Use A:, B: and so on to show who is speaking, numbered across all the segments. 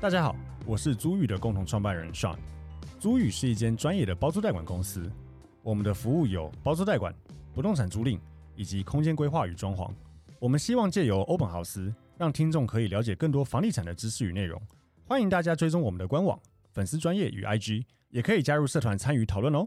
A: 大家好，我是租宇的共同创办人 Sean。租宇是一间专业的包租代管公司，我们的服务有包租代管、不动产租赁以及空间规划与装潢。我们希望借由欧本豪斯，让听众可以了解更多房地产的知识与内容。欢迎大家追踪我们的官网、粉丝专业与 IG，也可以加入社团参与讨论哦。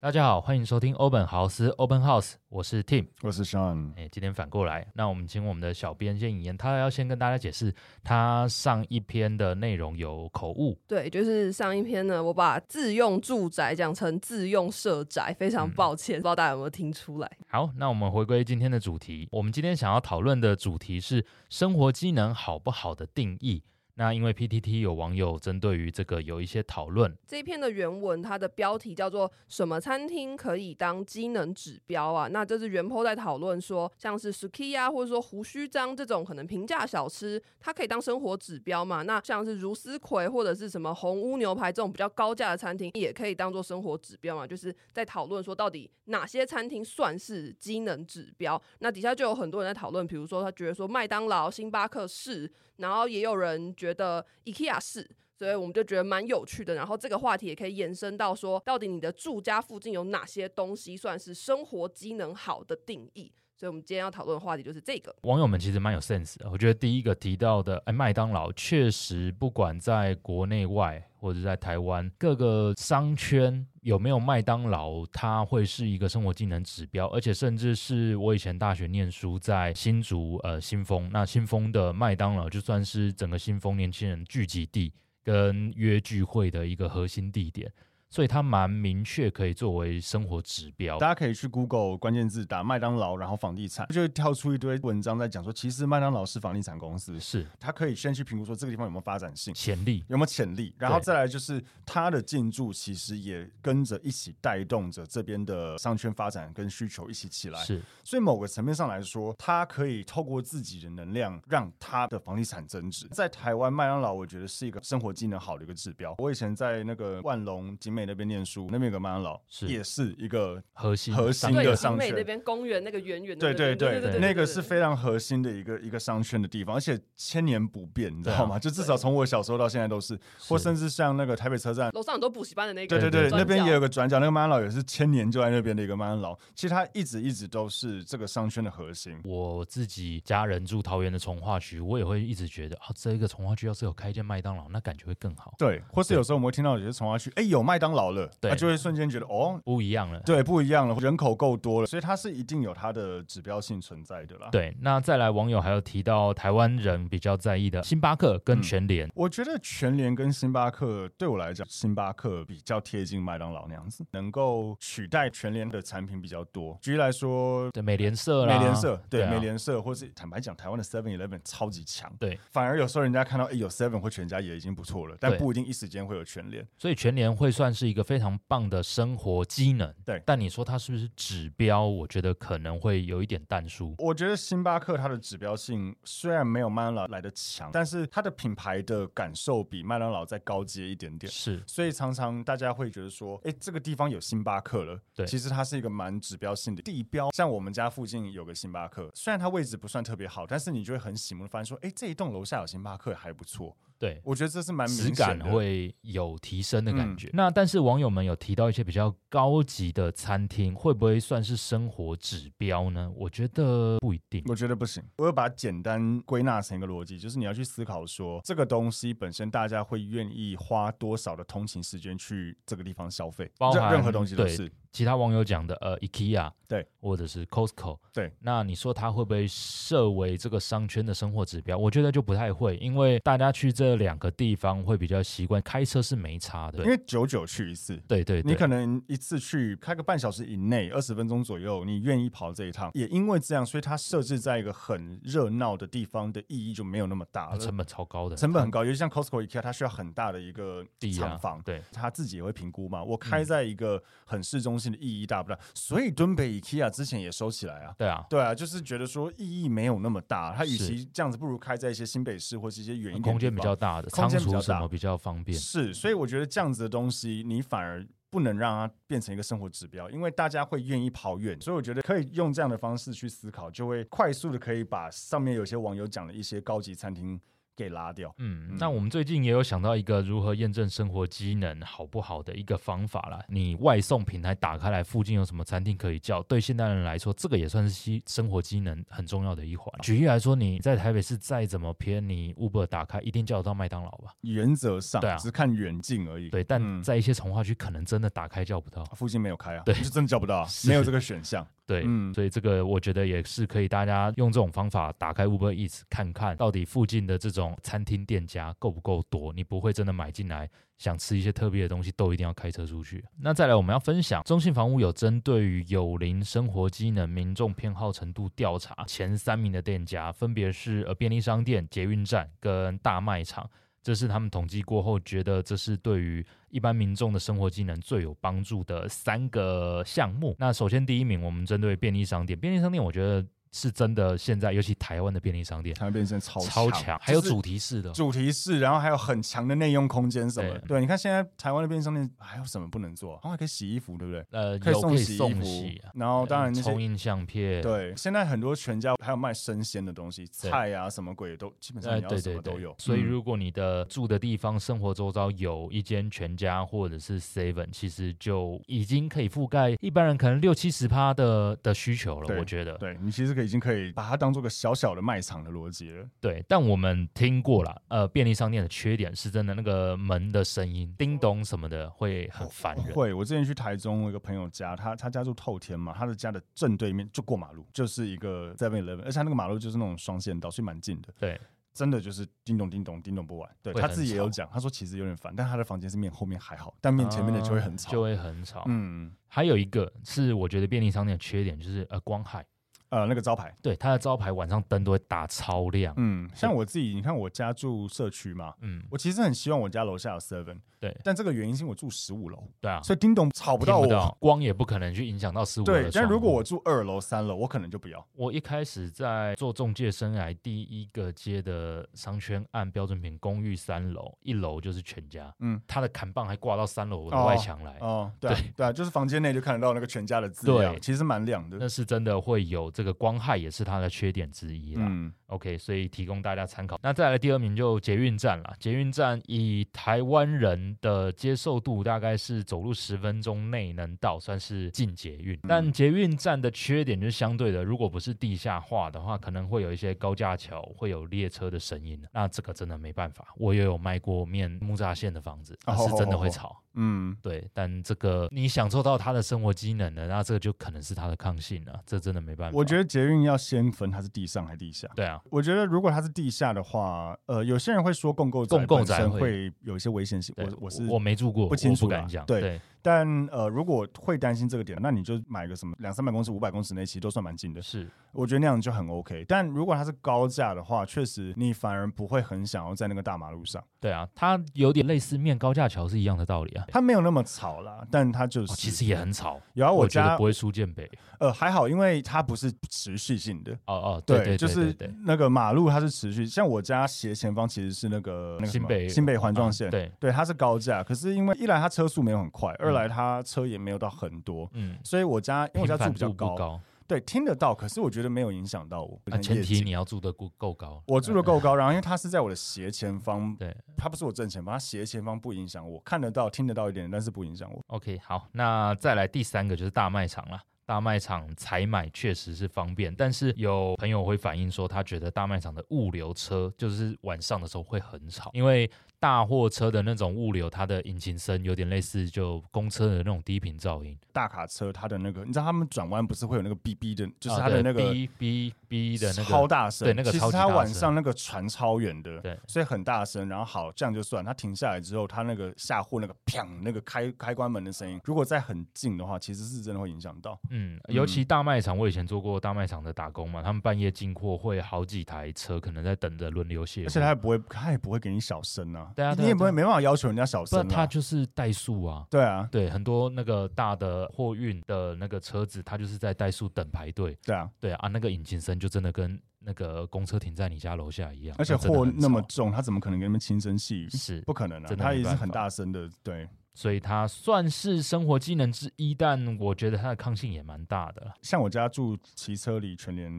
B: 大家好，欢迎收听欧本豪斯 Open House，我是 Tim。
C: 我是 Sean，
B: 哎，今天反过来，那我们请我们的小编先引言，他要先跟大家解释，他上一篇的内容有口误，
D: 对，就是上一篇呢，我把自用住宅讲成自用社宅，非常
B: 嗯
D: 抱歉，不知道大家有没有听出来？
B: 好，那我们回归今天的主题。我们今天想要讨论的主题是生活机能好不好的定义。那因为 PTT 有网友针对于这个有一些讨论，
D: 这一篇的原文它的标题叫做“什么餐厅可以当机能指标啊”，那这是原 po 在讨论说，像是 Sukiya 或者说胡须章这种可能平价小吃，它可以当生活指标嘛？那像是如斯葵或者是什么红屋牛排这种比较高价的餐厅，也可以当做生活指标嘛？就是在讨论说到底哪些餐厅算是机能指标？那底下就有很多人在讨论，比如说他觉得说麦当劳、星巴克是，然后也有人觉得 IKEA 是。所以我们就觉得蛮有趣的。然后这个话题也可以延伸到说，到底你的住家附近有哪些东西算是生活机能好的定义？所以我们今天要讨论的话题就是这个。
B: 网友们其实蛮有 sense 的。我觉得第一个提到的，哎，麦当劳确实不管在国内外或者在台湾各个商圈有没有麦当劳，它会是一个生活技能指标，而且甚至是我以前大学念书在新竹呃新丰，那新丰的麦当劳就算是整个新丰年轻人聚集地跟约聚会的一个核心地点。所以它蛮明确，可以作为生活指标
C: 大。家可以去 Google 关键字打麦当劳，然后房地产，就会跳出一堆文章在讲说，其实麦当劳是房地产公司，
B: 是
C: 它可以先去评估说这个地方有没有发展性。
B: 潜力，
C: 有没有潜力？然后
B: 对
C: 再来就是它的进驻，其实也跟着一起带动着这边的商圈发展跟需求一起起来。
B: 是
C: 所以某个层面上来说，它可以透过自己的能量，让它的房地产增值。在台湾，麦当劳我觉得是一个生活技能好的一个指标。我以前在那个万隆景美那边念书，那边有个麦当劳，
B: 是
C: 也是一个
B: 核心
C: 核
B: 商
C: 心
B: 圈
C: 的
D: 嗯对，
C: 商
D: 景美
C: 圈
D: 那边公园那个圆圆的
C: 对
D: 那
C: 对
D: 边，
C: 对
D: 对
C: 那个是非常核心的一个一个商圈的地方，而且千年不变，你知道吗？就至少从我小时候到现在都是，或
B: 是
C: 甚至像那个台北车站。
D: 楼上很多补习班的那个，
C: 对对
B: 对
C: 对，
D: 转
C: 那边
D: 角
C: 也有个转角，那个麦当劳也是千年就在那边的一个麦当劳。其实它一直一直都是这个商圈的核心。
B: 我自己家人住桃园的从化区，我也会一直觉得啊，这一个从化区要是有开一间麦当劳，那感觉会更好，
C: 对，或是有时候我们会听到有些从化区，哎，有麦当劳了，
B: 对
C: 他就会瞬间觉得哦，
B: 不一样了。
C: 对，不一样了，人口够多了，所以它是一定有它的指标性存在的啦。，
B: 对那再来，网友还有提到台湾人比较在意的星巴克
C: 嗯
B: 跟全联，
C: 我觉得全联跟星巴克对我来讲，星巴克比较贴近麦当劳那样子，能够取代全联的产品比较多。举例来说。
B: 对美联社啦，
C: 美联社对
B: 啊
C: 美联社，或是坦白讲，台湾的 Seven Eleven 超级强，
B: 对，
C: 反而有时候人家看到哎有 Seven 或全家也已经不错了，但
B: 对
C: 不一定一时间会有全联。
B: 所以全联会算是一个非常棒的生活机能。
C: 对
B: 但你说它是不是指标？我觉得可能会有一点淡疏。
C: 我觉得星巴克它的指标性虽然没有麦当劳来的强，但是它的品牌的感受比麦当劳再高阶一点点。
B: 是
C: 所以常常大家会觉得说，哎，这个地方有星巴克了。
B: 对
C: 其实它是一个蛮指标性的地标。像我们家附近有个星巴克，虽然它位置不算特别好，但是你就会很醒目的发现说，哎，这一栋楼下有星巴克还不错。
B: 对，
C: 我觉得这是蛮明
B: 质
C: 显的嗯
B: 感会有提升的感觉。那但是网友们有提到一些比较高级的餐厅，会不会算是生活指标呢？我觉得不一定。
C: 我觉得不行，我要把它简单归纳成一个逻辑，就是你要去思考说，这个东西本身大家会愿意花多少的通勤时间去这个地方消费，
B: 包含
C: 任任何东西都
B: 对
C: 是。
B: 其他网友讲的，呃，IKEA
C: 对，
B: 或者是 Costco，
C: 对。
B: 那你说它会不会设为这个商圈的生活指标？我觉得就不太会，因为大家去这两个地方会比较习惯，开车是没差的。
C: 因为久久去一次，
B: 对对对，
C: 你可能一次去开个半小时以内，二十分钟左右，你愿意跑这一趟。也因为这样，所以它设置在一个很热闹的地方的意义就没有那么大
B: 啊
C: 了。
B: 成本超高的，
C: 成本很高，尤其像 Costco、IKEA，它需要很大的一个
B: 低啊
C: 厂房，
B: 对，
C: 他自己也会评估嘛。我
B: 嗯
C: 开在一个很市中心的意义大不大？所以敦北 IKEA 之前也收起来啊。
B: 对啊，
C: 对啊，就是觉得说意义没有那么大，它与
B: 是啊
C: 其这样子，不如开在一些新北市或是一些远一点的
B: 空间比
C: 地
B: 较
C: 方
B: 大的，
C: 空
B: 仓
C: 间比较
B: 储什
C: 大
B: 么比较方便。
C: 是，所以我觉得这样子的东西，你反而不能让它变成一个生活指标，因为大家会愿意跑远，所以我觉得可以用这样的方式去思考，就会快速的可以把上面有些网友讲的一些高级餐厅给拉掉。
B: 嗯
C: 嗯，
B: 那我们最近也有想到一个如何验证生活机能好不好的一个方法啦。你外送平台打开来，附近有什么餐厅可以叫？对现代人来说，这个也算是机生活机能很重要的一环。举例来说，你在台北市再怎么偏，你 Uber 打开一定叫得到麦当劳吧？
C: 原则上，
B: 对啊
C: 只是看远近而已。
B: 对，
C: 嗯
B: 但在一些从化区可能真的打开叫不到。
C: 附近没有开啊，
B: 对
C: 就真的叫不到啊，
B: 是
C: 没有这个选项。
B: 对，
C: 嗯
B: 所以这个我觉得也是可以，大家用这种方法打开 Uber Eats 看看，到底附近的这种餐厅店家够不够多，你不会真的买进来。想吃一些特别的东西，都一定要开车出去。那再来，我们要分享中信房屋有针对于有邻生活机能民众偏好程度调查前三名的店家，分别是呃便利商店、捷运站跟大卖场。这是他们统计过后觉得这是对于一般民众的生活技能最有帮助的三个项目。那首先第一名，我们针对便利商店，便利商店我觉得是真的现在，尤其台湾的便利商店
C: 台湾变身超
B: 超强，还有
C: 就是
B: 主题式的。
C: 主题式，然后还有很强的内用空间什么的。
B: 对
C: 对，你看现在台湾的便利商店还有什么不能做？啊它还可以洗衣服，对不对？
B: 呃，
C: 可以
B: 有可
C: 送
B: 以
C: 洗衣
B: 送
C: 服，
B: 洗啊，
C: 然后当然那些
B: 冲印相片，
C: 对，现在很多全家还有卖生鲜的东西，菜啊什么鬼都基本上
B: 呃，
C: 你要
B: 对
C: 什
B: 对
C: 么
B: 对，
C: 都有。
B: 所以
C: 嗯
B: 如果你的住的地方、生活周遭有一间全家或者是 Seven，其实就已经可以覆盖一般人可能六七十趴的的需求了。
C: 对
B: 我觉得
C: 对你其实可以已经可以把它当做个小小的卖场的逻辑了。
B: 对但我们听过了，呃，便利商店的缺点是真的那个门的声音、叮咚什么的会很烦人。
C: 会，我之前去台中，我有一个朋友家，他他家住透天嘛，他的家的正对面就过马路，就是一个 Seven Eleven，而且他那个马路就是那种双线道，所以蛮近的。
B: 对，
C: 真的就是叮咚叮咚叮咚不完。对
B: 会
C: 他
B: 很
C: 自己也有
B: 吵
C: 讲，他说其实有点烦，但他的房间是面后面还好，但面前面的就会很
B: 啊
C: 吵。
B: 就会很吵。
C: 嗯
B: 还有一个是我觉得便利商店的缺点就是呃光害，
C: 呃那个招牌，
B: 对它的招牌晚上灯都会打超亮。
C: 嗯，像我自己，你看我家住社区嘛，
B: 嗯，
C: 我其实很希望我家楼下有 Seven，
B: 对
C: 但这个原因是我住十五楼，
B: 对啊，
C: 所以叮咚吵不到我。
B: 听光也不可能去影响到十五楼的
C: 对，但
B: 窗
C: 如果
B: 户
C: 我住二楼、三楼，我可能就不要。
B: 我一开始在做中介生涯，第一个接的商圈按标准品公寓三楼，一楼就是全家，
C: 嗯，
B: 它的砍棒还挂到三楼的
C: 哦
B: 外墙来，
C: 哦，对啊
B: 对
C: 对啊，就是房间内就看得到那个全家的字
B: 对
C: 样，其实蛮亮的
B: 那。是真的会有这个光害，也是它的缺点之一啦。
C: 嗯，
B: OK，所以提供大家参考。那再来第二名就捷运站啦，捷运站以台湾人的接受度，大概是走路十分钟内能到，算是近捷运。但捷运站的缺点就是相对的，如果不是地下化的话，可能会有一些高架桥，会有列车的声音。那这个真的没办法，我也有卖过面木栅线的房子，那是真的会吵。
C: 嗯，
B: 对，但这个你享受到它的生活机能了，那这个就可能是它的抗性了，这真的没办法。
C: 我觉得捷运要先分它是地上还是地下。
B: 对啊，
C: 我觉得如果它是地下的话，呃，有些人会说共购
B: 共购
C: 本
B: 宅
C: 身
B: 会
C: 会有一些危险性。
B: 对
C: 我我是
B: 我没住过，
C: 不清楚
B: 我不
C: 啦
B: 敢讲。
C: 对但呃，如果会担心这个点，那你就买个什么两三百公尺、五百公尺内，其实都算蛮近的。
B: 是
C: 我觉得那样就很 OK。但如果它是高价的话，确实你反而不会很想要在那个大马路上，
B: 对啊，它有点类似面高架桥是一样的道理啊。
C: 它没有那么吵啦，但它就是、
B: 哦其实也很吵，
C: 有啊。
B: 我觉得
C: 家
B: 不会输建北。
C: 呃还好，因为它不是持续性的。
B: 哦哦，对
C: 就
B: 对
C: 是
B: 对，
C: 那个马路它是持续，像我家斜前方其实是那个那个什
B: 新
C: 么
B: 北
C: 新北环状
B: 啊
C: 线，
B: 对，
C: 对，它是高架，可是因为一来它车速没有很快，二来它车也没有到很多，
B: 嗯，
C: 所以我家因为我家住
B: 频繁
C: 比较
B: 度不高，
C: 对，听得到，可是我觉得没有影响到我。
B: 啊，前
C: 夜
B: 提
C: 景
B: 你要住的够够高。
C: 我住的够高，然后因为它是在我的斜前方，
B: 对
C: 它不是我正前方，它斜前方不影响我，看得到、听得到一点，但是不影响我。
B: OK，好，那再来第三个就是大卖场啦。大卖场采买确实是方便，但是有朋友会反映说，他觉得大卖场的物流车就是晚上的时候会很吵，因为大货车的那种物流，它的引擎声有点类似就公车的那种低频噪音，
C: 大卡车它的那个，你知道他们转弯不是会有那个哔哔的，就是它
B: 啊
C: 的
B: 对
C: 那个
B: 哔哔哔的那个
C: 超大声，
B: 对那个
C: 其
B: 超
C: 实
B: 级
C: 它
B: 大
C: 晚
B: 声
C: 上那个传超远的，
B: 对
C: 所以很大声。然后好，这样就算。它停下来之后，它那个下货那个砰那个开开关门的声音，如果在很近的话，其实是真的会影响到。
B: 嗯，尤其大卖场，我以前做过大卖场的打工嘛，他们半夜进货会好几台车，可能在等着轮流卸货。
C: 而且它也不会，它也不会给你小声啊，
B: 对啊对啊
C: 你也不
B: 对啊
C: 会没办法要求人家小
B: 不
C: 声
B: 然它
C: 啊。
B: 就是怠速啊。
C: 对啊，
B: 对，很多那个大的货运的那个车子，它就是在怠速等排队。
C: 对啊，
B: 对啊，那个引擎声就真的跟那个公车停在你家楼下一样。
C: 而且
B: 那真的
C: 货
B: 很
C: 那么
B: 吵
C: 重，它怎么可能跟你们轻声细语？
B: 是，
C: 不可能啊，
B: 真的
C: 它
B: 没
C: 也是
B: 办
C: 很
B: 法
C: 大声的。对，
B: 所以它算是生活技能之一，但我觉得它的抗性也蛮大的啦。
C: 像我家住骑车离全联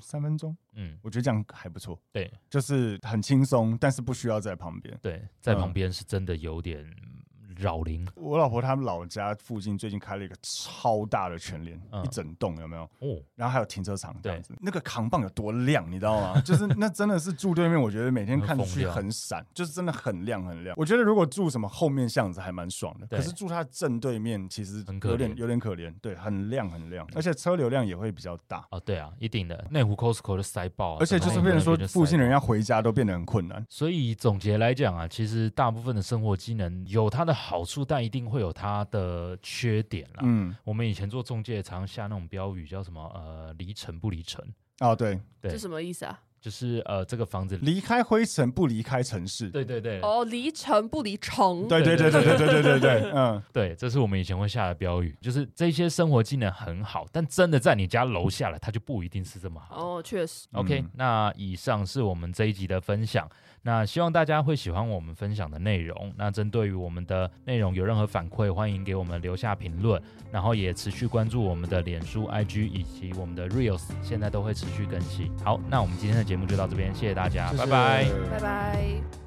C: 三分钟，
B: 嗯，
C: 我觉得这样还不错，
B: 对
C: 就是很轻松，但是不需要在旁边。
B: 对，在
C: 嗯
B: 旁边是真的有点扰邻
C: 我老婆他们老家附近最近开了一个超大的全联，
B: 嗯
C: 一整栋有没有？
B: 哦。
C: 然后还有停车场这样子，那个扛棒有多亮，你知道吗？就是那真的是住对面，我觉得每天看出
B: 会疯
C: 去
B: 掉
C: 很闪，就是真的很亮很亮。我觉得如果住什么后面巷子还蛮爽的，
B: 对
C: 可是住它正对面其实
B: 很可
C: 有点
B: 怜嗯
C: 有点可怜，对，很亮很亮，而且车流量也会比较大，
B: 哦，对啊，一定的，内湖 Costco 就塞爆、啊，
C: 而且就
B: 整个
C: 是
B: 内湖
C: 变成
B: 那
C: 说
B: 边就
C: 附
B: 塞啊
C: 近人
B: 爆
C: 要回家都变得很困难。
B: 所以总结来讲啊，其实大部分的生活技能有它的好处，但一定会有它的缺点啦。
C: 嗯，
B: 我们以前做中介，常下那种标语，叫什么呃“离城不离城
C: 哦对，
B: 对
D: 这什么意思啊？”，
B: 就是呃这个房子，
C: 离开灰尘不离开城市，
B: 对对对、
D: 哦，离城不离城。
C: 对对对对对对对对对，嗯。
B: 对，这是我们以前会下的标语，就是这些生活技能很好，但真的在你家楼下了，它就不一定是这么好。
D: 哦，确实。
B: OK，、
C: 嗯
B: 那以上是我们这一集的分享，那希望大家会喜欢我们分享的内容。那针对于我们的内容有任何反馈，欢迎给我们留下评论，然后也持续关注我们的脸书、IG 以及我们的 Reels，现在都会持续更新。好，那我们今天的节目就到这边，谢谢大家，拜拜。
D: 拜拜。